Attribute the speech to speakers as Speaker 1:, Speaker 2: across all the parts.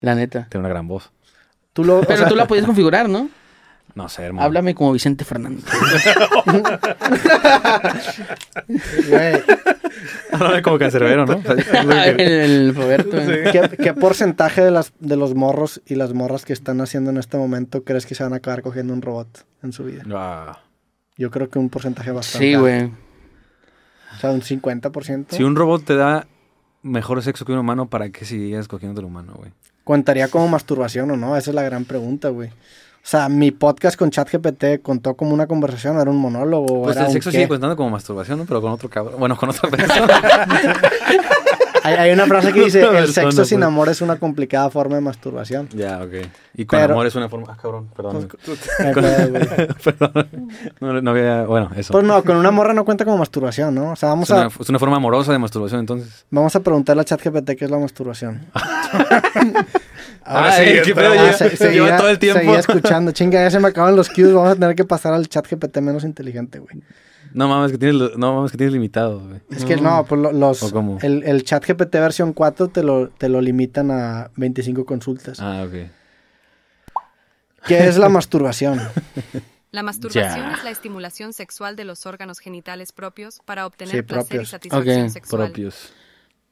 Speaker 1: La neta.
Speaker 2: Tiene una gran voz.
Speaker 1: Tú lo, Pero tú la podías configurar, ¿no?
Speaker 2: No sé, hermano.
Speaker 1: Háblame como Vicente Fernández.
Speaker 3: Güey,
Speaker 2: Háblame como cancerbero, ¿no? O sea, es lo
Speaker 1: el,
Speaker 2: que-
Speaker 1: el Roberto. ¿eh?
Speaker 3: ¿qué, qué porcentaje de, las, de los morros y las morras que están haciendo en este momento crees que se van a acabar cogiendo un robot en su vida?
Speaker 2: Ah.
Speaker 3: Yo creo que un porcentaje bastante.
Speaker 1: Sí,
Speaker 3: alto.
Speaker 1: güey.
Speaker 3: O sea, un 50%.
Speaker 2: Si un robot te da mejor sexo que un humano, ¿para qué sigues cogiendo un humano, güey?
Speaker 3: ¿Contaría como masturbación o no? Esa es la gran pregunta, güey. O sea, mi podcast con ChatGPT contó como una conversación, era un monólogo. o
Speaker 2: Pues
Speaker 3: era
Speaker 2: el
Speaker 3: un
Speaker 2: sexo
Speaker 3: qué?
Speaker 2: sigue contando como masturbación, ¿no? Pero con otro cabrón. Bueno, con otra persona.
Speaker 3: Hay, hay una frase que dice,
Speaker 2: Otra
Speaker 3: el
Speaker 2: persona,
Speaker 3: sexo sin
Speaker 2: pues".
Speaker 3: amor es una complicada forma de masturbación.
Speaker 2: ya, ok. Y con
Speaker 3: Pero-
Speaker 2: amor es una forma... Ah, cabrón, perdón.
Speaker 3: Ay, pues, güey.
Speaker 2: perdón. No, no había... Bueno, eso.
Speaker 3: Pues no, con una morra no cuenta como masturbación, ¿no? O sea,
Speaker 2: es,
Speaker 3: vamos
Speaker 2: una,
Speaker 3: a,
Speaker 2: es una forma amorosa de masturbación, entonces.
Speaker 3: vamos a preguntarle a ChatGPT qué es la masturbación.
Speaker 2: Ahora sí, qué pedo,
Speaker 3: Ah,
Speaker 2: ya.
Speaker 3: se-
Speaker 2: Se
Speaker 3: seguía-
Speaker 2: lleva todo el tiempo.
Speaker 3: Seguía escuchando. Chinga, ya se me acaban los cues. Vamos a tener que pasar al ChatGPT menos inteligente, güey.
Speaker 2: No mames, que tienes, lo- no, mames, que tienes limitado, güey.
Speaker 3: Es que no, pues lo-
Speaker 2: Mm. ¿O
Speaker 3: los.
Speaker 2: cómo?
Speaker 3: El, el chat GPT versión 4 te lo, te lo limitan a 25 consultas.
Speaker 2: Ah, ok.
Speaker 3: ¿Qué es la masturbación?
Speaker 4: La masturbación
Speaker 2: Ya.
Speaker 4: es la estimulación sexual de los órganos genitales propios para obtener
Speaker 3: Sí,
Speaker 4: placer
Speaker 3: propios.
Speaker 4: y satisfacción
Speaker 1: Ok,
Speaker 4: sexual.
Speaker 2: Propios.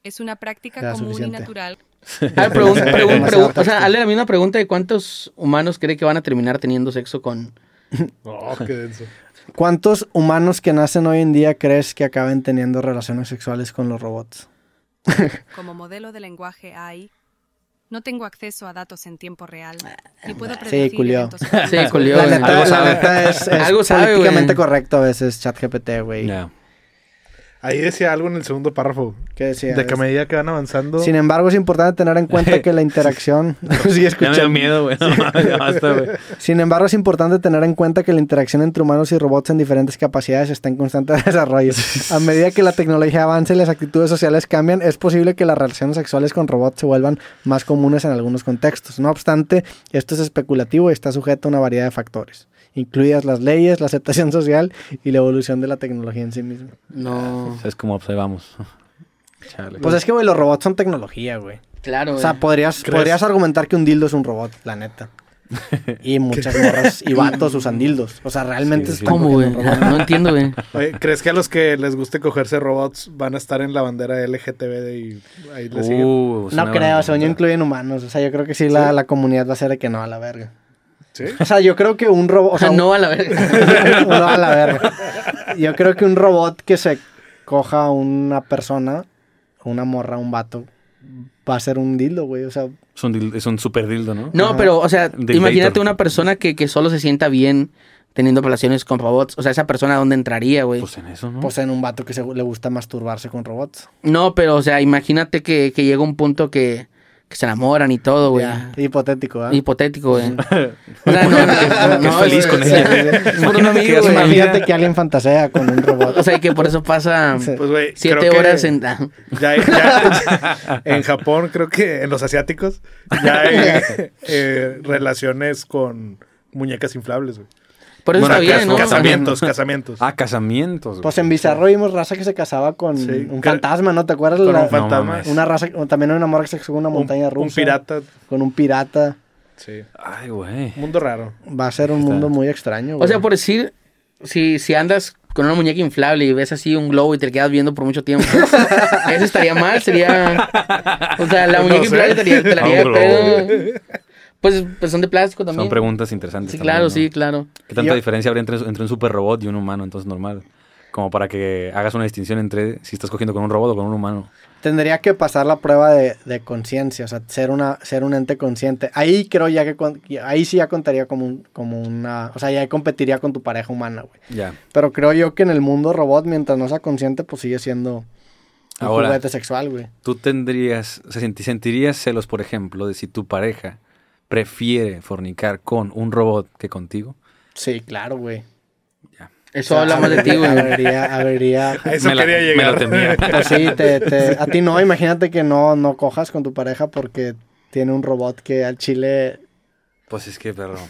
Speaker 4: Es una práctica
Speaker 3: Ya,
Speaker 4: común
Speaker 3: suficiente.
Speaker 4: y natural.
Speaker 1: Ah, pregun-
Speaker 3: Demasiado
Speaker 1: pregun- pregun- o
Speaker 3: texto.
Speaker 1: sea, hazle la misma pregunta de cuántos humanos cree que van a terminar teniendo sexo con.
Speaker 5: Oh, qué denso.
Speaker 3: ¿Cuántos humanos que nacen hoy en día crees que acaben teniendo relaciones sexuales con los robots?
Speaker 4: Como modelo de lenguaje AI, no tengo acceso a datos en tiempo real. Ni puedo predecir
Speaker 3: Sí, culió.
Speaker 4: eventos futuros.
Speaker 1: Sí, culió,
Speaker 3: La
Speaker 1: güey.
Speaker 3: neta,
Speaker 2: Algo
Speaker 3: la
Speaker 2: sabe.
Speaker 3: neta es, es
Speaker 1: Algo sabe, güey.
Speaker 3: políticamente correcto a veces chat GPT, güey.
Speaker 2: Ya.
Speaker 5: Ahí decía algo en el segundo párrafo.
Speaker 3: ¿Qué decía? Este,
Speaker 5: De que a medida que van avanzando.
Speaker 3: Sin embargo, es importante tener en cuenta que la interacción... Sigue
Speaker 2: Ya me
Speaker 3: escuchando.
Speaker 2: dio miedo, güey. No mames, ya basta, güey.
Speaker 3: Sin embargo, es importante tener en cuenta que la interacción entre humanos y robots en diferentes capacidades está en constante desarrollo. A medida que la tecnología avanza y las actitudes sociales cambian, es posible que las relaciones sexuales con robots se vuelvan más comunes en algunos contextos. No obstante, esto es especulativo y está sujeto a una variedad de factores, incluidas las leyes, la aceptación social y la evolución de la tecnología en sí misma.
Speaker 1: No.
Speaker 2: O sea, es como observamos. Chale.
Speaker 3: Pues es que, güey, los robots son tecnología, güey.
Speaker 1: Claro,
Speaker 3: O
Speaker 1: güey.
Speaker 3: sea, podrías,
Speaker 5: ¿Crees?
Speaker 3: podrías argumentar que un dildo es un robot, la neta. Y muchas morras y vatos usan dildos. O sea, realmente
Speaker 2: Sí,
Speaker 3: es
Speaker 2: sí.
Speaker 3: como
Speaker 1: ¿Cómo,
Speaker 3: que
Speaker 1: güey?
Speaker 3: un robot.
Speaker 1: No entiendo, güey.
Speaker 5: Oye, ¿Crees que a los que les guste cogerse robots van a estar en la bandera LGTB y ahí les siguen?
Speaker 2: Uh,
Speaker 1: Pues
Speaker 2: es
Speaker 3: No
Speaker 2: una
Speaker 3: creo,
Speaker 2: buena
Speaker 3: según yo
Speaker 2: pregunta.
Speaker 3: incluyen humanos. O sea, yo creo que sí la, la comunidad va a ser de que no a la verga.
Speaker 5: ¿Sí?
Speaker 3: O sea, yo creo que un robot.
Speaker 1: O sea, Ah, no a la verga.
Speaker 3: no a la verga. Yo creo que un robot que se coja a una persona, una morra, un vato, va a ser un dildo, güey. O sea,
Speaker 1: ¿Mm?
Speaker 2: Es un, dil- es un super dildo, ¿no?
Speaker 1: No, pero, o sea,
Speaker 2: Del
Speaker 1: imagínate
Speaker 2: Gator.
Speaker 1: una persona que, que solo se sienta bien teniendo relaciones con robots. O sea, esa persona, ¿dónde entraría, güey?
Speaker 2: Pues en eso, ¿no?
Speaker 3: poseen un vato que se- le gusta masturbarse con robots.
Speaker 1: No, pero, o sea, imagínate que, que llega un punto que, que se enamoran y todo, güey.
Speaker 3: Ya, Hipotético, ¿ah?
Speaker 1: Hipotético, güey. O sea, no,
Speaker 2: Que es feliz con
Speaker 1: güey,
Speaker 2: ella.
Speaker 1: o sea,
Speaker 2: Es por un amigo,
Speaker 1: imagínate que-
Speaker 2: güey.
Speaker 3: Imagínate que alguien fantasea con un robot.
Speaker 1: O sea, que por eso pasa
Speaker 3: Sí.
Speaker 5: Pues, güey,
Speaker 1: siete
Speaker 5: creo que
Speaker 1: horas en... ah,
Speaker 5: Ya, ya- en Japón, creo que en los asiáticos, ya hay eh, relaciones con muñecas inflables, güey.
Speaker 1: Por eso
Speaker 2: Bueno,
Speaker 1: está bien,
Speaker 2: cas-
Speaker 1: ¿no?
Speaker 5: Casamientos, casamientos.
Speaker 2: Ah, casamientos. güey.
Speaker 3: Pues en Bizarro vimos raza que se casaba con
Speaker 5: Sí.
Speaker 3: un fantasma, ¿no? ¿Te acuerdas?
Speaker 5: con
Speaker 3: la-
Speaker 5: un fantasma.
Speaker 2: mames.
Speaker 3: Una raza, o también hay una morra que se subió a una
Speaker 5: un-
Speaker 3: montaña rusa.
Speaker 5: Un pirata.
Speaker 3: Con un pirata.
Speaker 5: Sí.
Speaker 2: Ay, güey.
Speaker 5: Mundo raro.
Speaker 3: Va a ser un
Speaker 2: Está-
Speaker 3: mundo muy extraño, güey.
Speaker 1: O sea, por decir, si, si andas con una muñeca inflable y ves así un globo y te quedas viendo por mucho tiempo, eso estaría mal, sería... O sea, la
Speaker 5: No
Speaker 1: muñeca
Speaker 5: sé.
Speaker 1: inflable te, la- te la
Speaker 2: Ah, un
Speaker 1: haría de
Speaker 2: globo.
Speaker 1: pedo. Pues, pues son de plástico
Speaker 2: Son
Speaker 1: también.
Speaker 2: preguntas interesantes.
Speaker 1: sí,
Speaker 2: también,
Speaker 1: claro,
Speaker 2: ¿no?
Speaker 1: sí, claro.
Speaker 2: ¿Qué tanta
Speaker 3: Yo-
Speaker 2: diferencia habría entre, entre un super robot y un humano? Entonces, normal. Como para que hagas una distinción entre si estás cogiendo con un robot o con un humano.
Speaker 3: Tendría que pasar la prueba de, de conciencia, o sea, ser, una, ser un ente consciente. Ahí creo ya que... con- ahí sí ya contaría como, un- como una... O sea, ya competiría con tu pareja humana, güey.
Speaker 2: Ya.
Speaker 3: Pero creo yo que en el mundo robot, mientras no sea consciente, pues sigue siendo un
Speaker 2: Ahora.
Speaker 3: juguete sexual, güey.
Speaker 2: Tú tendrías, o sea, senti- sentirías celos, por ejemplo, de si tu pareja prefiere fornicar con un robot que contigo.
Speaker 3: Sí, claro, güey.
Speaker 1: Eso
Speaker 3: O sea,
Speaker 1: habla más de ti, güey.
Speaker 3: Habría... habría
Speaker 5: A eso
Speaker 2: me
Speaker 5: quería
Speaker 2: la,
Speaker 5: llegar.
Speaker 2: Me lo temía.
Speaker 3: Pues sí, te, te- a ti no, imagínate que no, no cojas con tu pareja porque tiene un robot que al chile
Speaker 2: Pues es que, perro.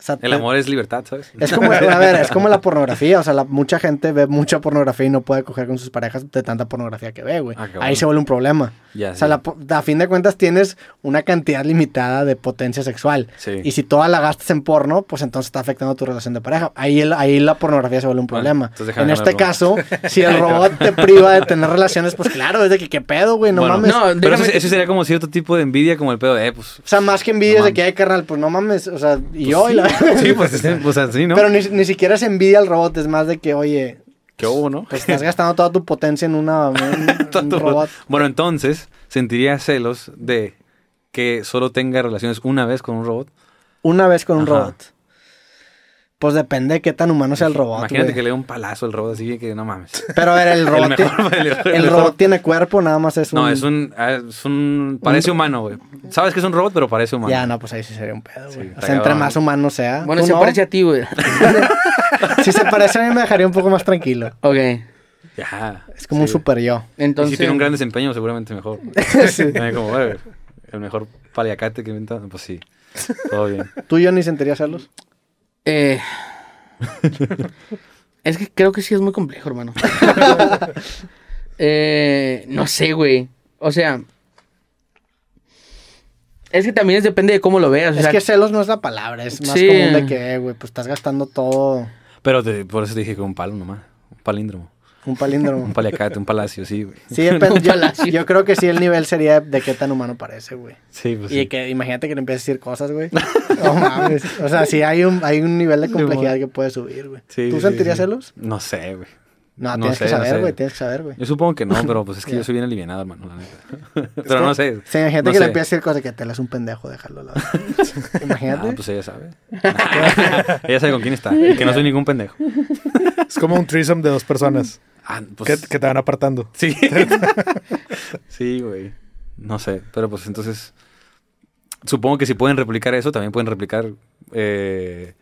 Speaker 3: sea,
Speaker 2: El
Speaker 3: te-
Speaker 2: amor es libertad, ¿sabes?
Speaker 3: Es como, a ver, es como la pornografía. O sea, la- mucha gente ve mucha pornografía y no puede coger con sus parejas de tanta pornografía que ve, güey.
Speaker 2: Ah, qué bueno.
Speaker 3: Ahí se vuelve un problema.
Speaker 2: Ya,
Speaker 3: o sea,
Speaker 2: sí.
Speaker 3: la po- a fin de cuentas tienes una cantidad limitada de potencia sexual.
Speaker 2: Sí.
Speaker 3: Y si toda la gastas en porno, pues entonces está afectando tu relación de pareja. Ahí, el- ahí la pornografía se vuelve un
Speaker 2: Bueno,
Speaker 3: problema.
Speaker 2: Ah, entonces déjame
Speaker 3: en
Speaker 2: ganar
Speaker 3: este
Speaker 2: el
Speaker 3: caso, si el robot te priva de tener relaciones, pues claro, es de que qué pedo, güey, no
Speaker 2: Bueno,
Speaker 3: mames.
Speaker 1: no,
Speaker 2: Pero eso,
Speaker 1: déjame-
Speaker 2: eso sería como cierto tipo de envidia, como el pedo de, eh, pues.
Speaker 3: O sea, más que envidia
Speaker 2: No
Speaker 3: de que hay carnal, pues no mames. O sea, y
Speaker 2: pues
Speaker 3: yo y
Speaker 2: sí,
Speaker 3: la.
Speaker 2: Sí, pues, sí, pues así, ¿no?
Speaker 3: Pero ni, ni siquiera se envidia al robot, es más de que, oye,
Speaker 2: Qué hubo, ¿no?
Speaker 3: pues estás gastando toda tu potencia en una un, un
Speaker 2: Tanto-
Speaker 3: robot.
Speaker 2: Bueno, entonces, ¿sentirías celos de que solo tenga relaciones una vez con un robot?
Speaker 3: Una vez con un
Speaker 2: Ajá.
Speaker 3: robot. Pues depende de qué tan humano sea el robot.
Speaker 2: Imagínate
Speaker 3: güey.
Speaker 2: que le dé un palazo al robot así que no mames.
Speaker 3: Pero a ver, el robot,
Speaker 2: mejor,
Speaker 3: tiene,
Speaker 2: el
Speaker 3: el
Speaker 2: mejor.
Speaker 3: robot tiene cuerpo, nada más es un.
Speaker 2: No, es un, ah, es un... Parece humano, güey. Sabes que es un robot, pero parece humano.
Speaker 3: Ya, no, pues ahí sí sería un pedo, güey. o
Speaker 2: está
Speaker 3: sea, entre
Speaker 2: cabrón.
Speaker 3: más humano sea.
Speaker 1: Bueno,
Speaker 3: ¿Tú
Speaker 1: se
Speaker 3: no?
Speaker 1: parece a ti, güey.
Speaker 3: Si se parece a mí, me dejaría un poco más tranquilo.
Speaker 1: Ok.
Speaker 2: Ya.
Speaker 3: Es como un super yo.
Speaker 2: Y
Speaker 1: Entonces.
Speaker 2: si tiene un gran desempeño, seguramente mejor. También como, güey, el mejor paliacate que inventan. Pues sí, todo bien.
Speaker 3: ¿Tú y yo ni sentirías celos?
Speaker 1: eh, es que creo que sí es muy complejo, hermano. Eh, no sé, güey. O sea. Es que también es- depende de cómo lo veas. o
Speaker 3: Es
Speaker 1: sea,
Speaker 3: que celos no es la palabra, es más
Speaker 1: Sí.
Speaker 3: común de que, eh, güey, pues estás gastando todo
Speaker 2: Pero te- por eso te dije que un palo nomás. Un palíndromo.
Speaker 3: un palíndromo.
Speaker 2: Un paliacate, un palacio, sí, güey.
Speaker 3: Sí, depende. Yo, yo creo que sí, el nivel sería de qué tan humano parece, güey.
Speaker 2: Sí, pues
Speaker 3: Y de
Speaker 2: sí.
Speaker 3: que imagínate que le empieces a decir cosas, güey. No mames. O sea, sí hay un, hay un nivel de complejidad que puede subir, güey.
Speaker 2: Sí,
Speaker 3: ¿Tú
Speaker 2: sí,
Speaker 3: sentirías
Speaker 2: sí.
Speaker 3: celos?
Speaker 2: No sé, güey.
Speaker 3: No,
Speaker 2: No
Speaker 3: tienes
Speaker 2: sé,
Speaker 3: que
Speaker 2: no
Speaker 3: saber,
Speaker 2: sé.
Speaker 3: güey. Tienes que saber, güey.
Speaker 2: Yo supongo que no, pero pues es que yo soy bien alivianado, hermano, la neta. pero no sé.
Speaker 3: Sí, hay gente
Speaker 2: no
Speaker 3: que le
Speaker 2: sé.
Speaker 3: empieza a decir cosas de que te la es un pendejo, déjalo. a La... verga. imagínate.
Speaker 2: Ah, pues ella sabe. ella sabe con quién está. Y que no soy ningún pendejo.
Speaker 5: Es como un threesome de dos personas
Speaker 2: Ah,
Speaker 5: que,
Speaker 2: pues.
Speaker 5: que te van apartando.
Speaker 2: Sí. sí, güey. No sé. Pero pues entonces. Supongo que si pueden replicar eso, también pueden replicar. Eh,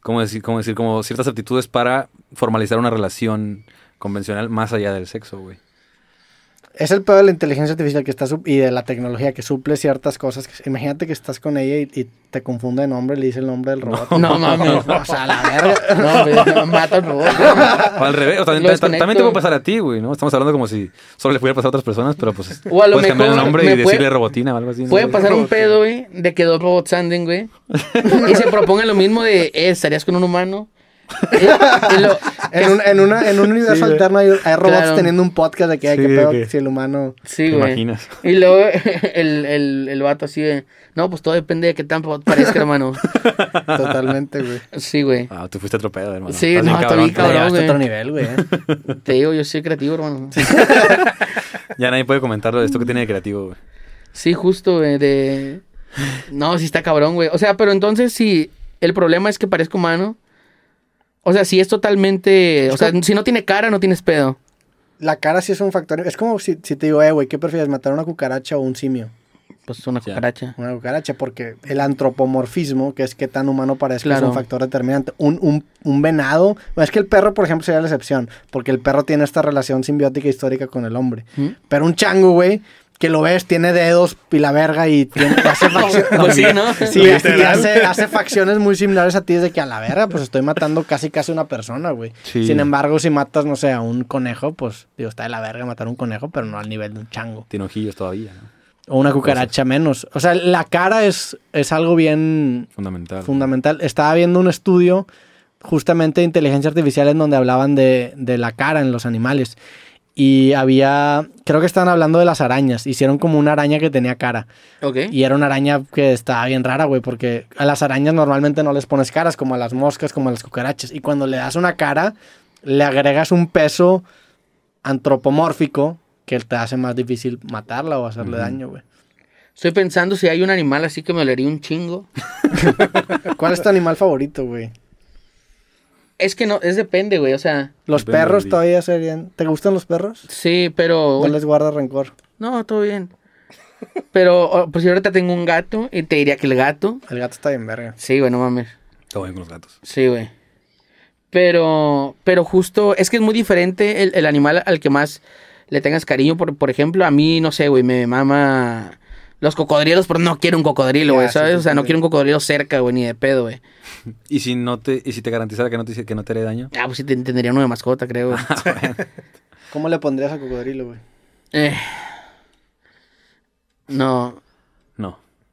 Speaker 2: ¿Cómo decir? ¿Cómo decir? Como ciertas aptitudes para formalizar una relación convencional más allá del sexo, güey.
Speaker 3: Es el pedo de la inteligencia artificial que está sup- y de la tecnología que suple ciertas cosas. que- imagínate que estás con ella y, y te confunde de nombre, le dice el nombre del robot.
Speaker 1: No mames.
Speaker 3: O sea, a la verga.
Speaker 1: No, güey, mata al robot.
Speaker 2: O al revés. O también,
Speaker 1: Lo
Speaker 2: ta- ta-
Speaker 1: desconecto.
Speaker 2: también te puede pasar a ti, güey, ¿no? Estamos hablando como si solo le pudiera pasar a otras personas, pero pues.
Speaker 1: O a lo
Speaker 2: puedes cambiar el
Speaker 1: mejor
Speaker 2: nombre y
Speaker 1: me puede-
Speaker 2: decirle robotina o algo así. ¿no?
Speaker 1: Puede pasar un pedo, güey, de que dos robots anden, güey. Y se proponga lo mismo de, eh, estarías con un humano. Eh, y lo-
Speaker 3: En un, en una- en un universo
Speaker 2: güey.
Speaker 3: alterno hay, hay robots
Speaker 1: Claro.
Speaker 3: teniendo un podcast de que hay
Speaker 2: Sí,
Speaker 3: que
Speaker 2: de
Speaker 3: pedo
Speaker 2: que-
Speaker 3: si el humano.
Speaker 1: sí,
Speaker 2: ¿Te
Speaker 1: güey.
Speaker 2: imaginas?
Speaker 1: Y luego el, el, el vato así de, no, pues todo depende de qué tan robot parezca, hermano.
Speaker 3: Totalmente, güey.
Speaker 1: Sí, güey.
Speaker 2: Ah, te fuiste atropellado, hermano.
Speaker 1: Sí,
Speaker 2: Estás
Speaker 1: no,
Speaker 2: bien
Speaker 1: está bien cabrón.
Speaker 2: cabrón.
Speaker 3: Llevaste
Speaker 1: güey.
Speaker 3: a otro nivel, güey. eh.
Speaker 1: Te digo, yo soy creativo, hermano.
Speaker 2: Ya nadie puede comentar lo de esto que tiene de creativo, güey.
Speaker 1: Sí, justo, güey, de... No, sí está cabrón, güey. O sea, pero entonces si el problema es que parezco humano, o sea, si es totalmente... O sea, si no tiene cara, no tienes pedo.
Speaker 3: La cara sí es un factor. Es como si, si te digo, eh, güey, ¿qué prefieres, matar una cucaracha o un simio?
Speaker 1: Pues es una
Speaker 2: Ya.
Speaker 1: cucaracha.
Speaker 3: Una cucaracha, porque el antropomorfismo, que es que tan humano parezca,
Speaker 1: Claro.
Speaker 3: es un factor determinante. Un, un, un venado. bueno, Es que el perro, por ejemplo, sería la excepción, porque el perro tiene esta relación simbiótica e histórica con el hombre.
Speaker 1: ¿Mm?
Speaker 3: Pero un chango, güey, que lo ves, tiene dedos y la verga y tiene, hace facciones.
Speaker 1: Pues sí, ¿no?
Speaker 3: Sí, y
Speaker 5: Literal.
Speaker 3: hace, hace facciones muy similares a ti desde que a la verga, pues estoy matando casi casi una persona, güey.
Speaker 2: Sí.
Speaker 3: Sin embargo, si matas, no sé, a un conejo, pues digo, está de la verga matar un conejo, pero no al nivel de un chango.
Speaker 2: Tiene ojillos todavía, ¿no?
Speaker 3: O una cucaracha menos. O sea, la cara es, es algo bien
Speaker 2: Fundamental.
Speaker 3: fundamental. Estaba viendo un estudio justamente de inteligencia artificial en donde hablaban de, de la cara en los animales. Y había, creo que estaban hablando de las arañas. Hicieron como una araña que tenía cara.
Speaker 1: Ok.
Speaker 3: Y era una araña que estaba bien rara, güey, porque a las arañas normalmente no les pones caras, como a las moscas, como a las cucarachas. Y cuando le das una cara, le agregas un peso antropomórfico que te hace más difícil matarla o hacerle daño, güey.
Speaker 1: Estoy pensando si hay un animal así que me olería un chingo.
Speaker 3: ¿Cuál es tu animal favorito, güey?
Speaker 1: Es que no, es depende, güey. O sea,
Speaker 3: Los
Speaker 2: Depende del
Speaker 3: perros
Speaker 2: día.
Speaker 3: todavía serían... ¿Te gustan los perros?
Speaker 1: sí, pero.
Speaker 3: No les guarda rencor.
Speaker 1: No, todo bien. Pero, o- pues yo ahorita tengo un gato y te diría que el gato.
Speaker 3: El gato está bien verga.
Speaker 1: Sí, güey, no mames.
Speaker 2: Todo bien con los gatos.
Speaker 1: Sí, güey. Pero, pero justo, es que es muy diferente el, el animal al que más le tengas cariño. Por, por ejemplo, a mí, no sé, güey, me mama los cocodrilos, pero no quiero un cocodrilo,
Speaker 3: Ya,
Speaker 1: güey,
Speaker 3: Ah, sí,
Speaker 1: ¿sabes?
Speaker 3: sí,
Speaker 1: o sea, no
Speaker 3: sí.
Speaker 1: quiero un cocodrilo cerca, güey, ni de pedo, güey.
Speaker 2: ¿Y si no te, y si te garantizara que no te, hice- que no te haré daño?
Speaker 1: Ah, pues sí, te- tendría una de mascota, creo. güey.
Speaker 3: ¿Cómo le pondrías a cocodrilo, güey?
Speaker 1: Eh. No.
Speaker 2: No.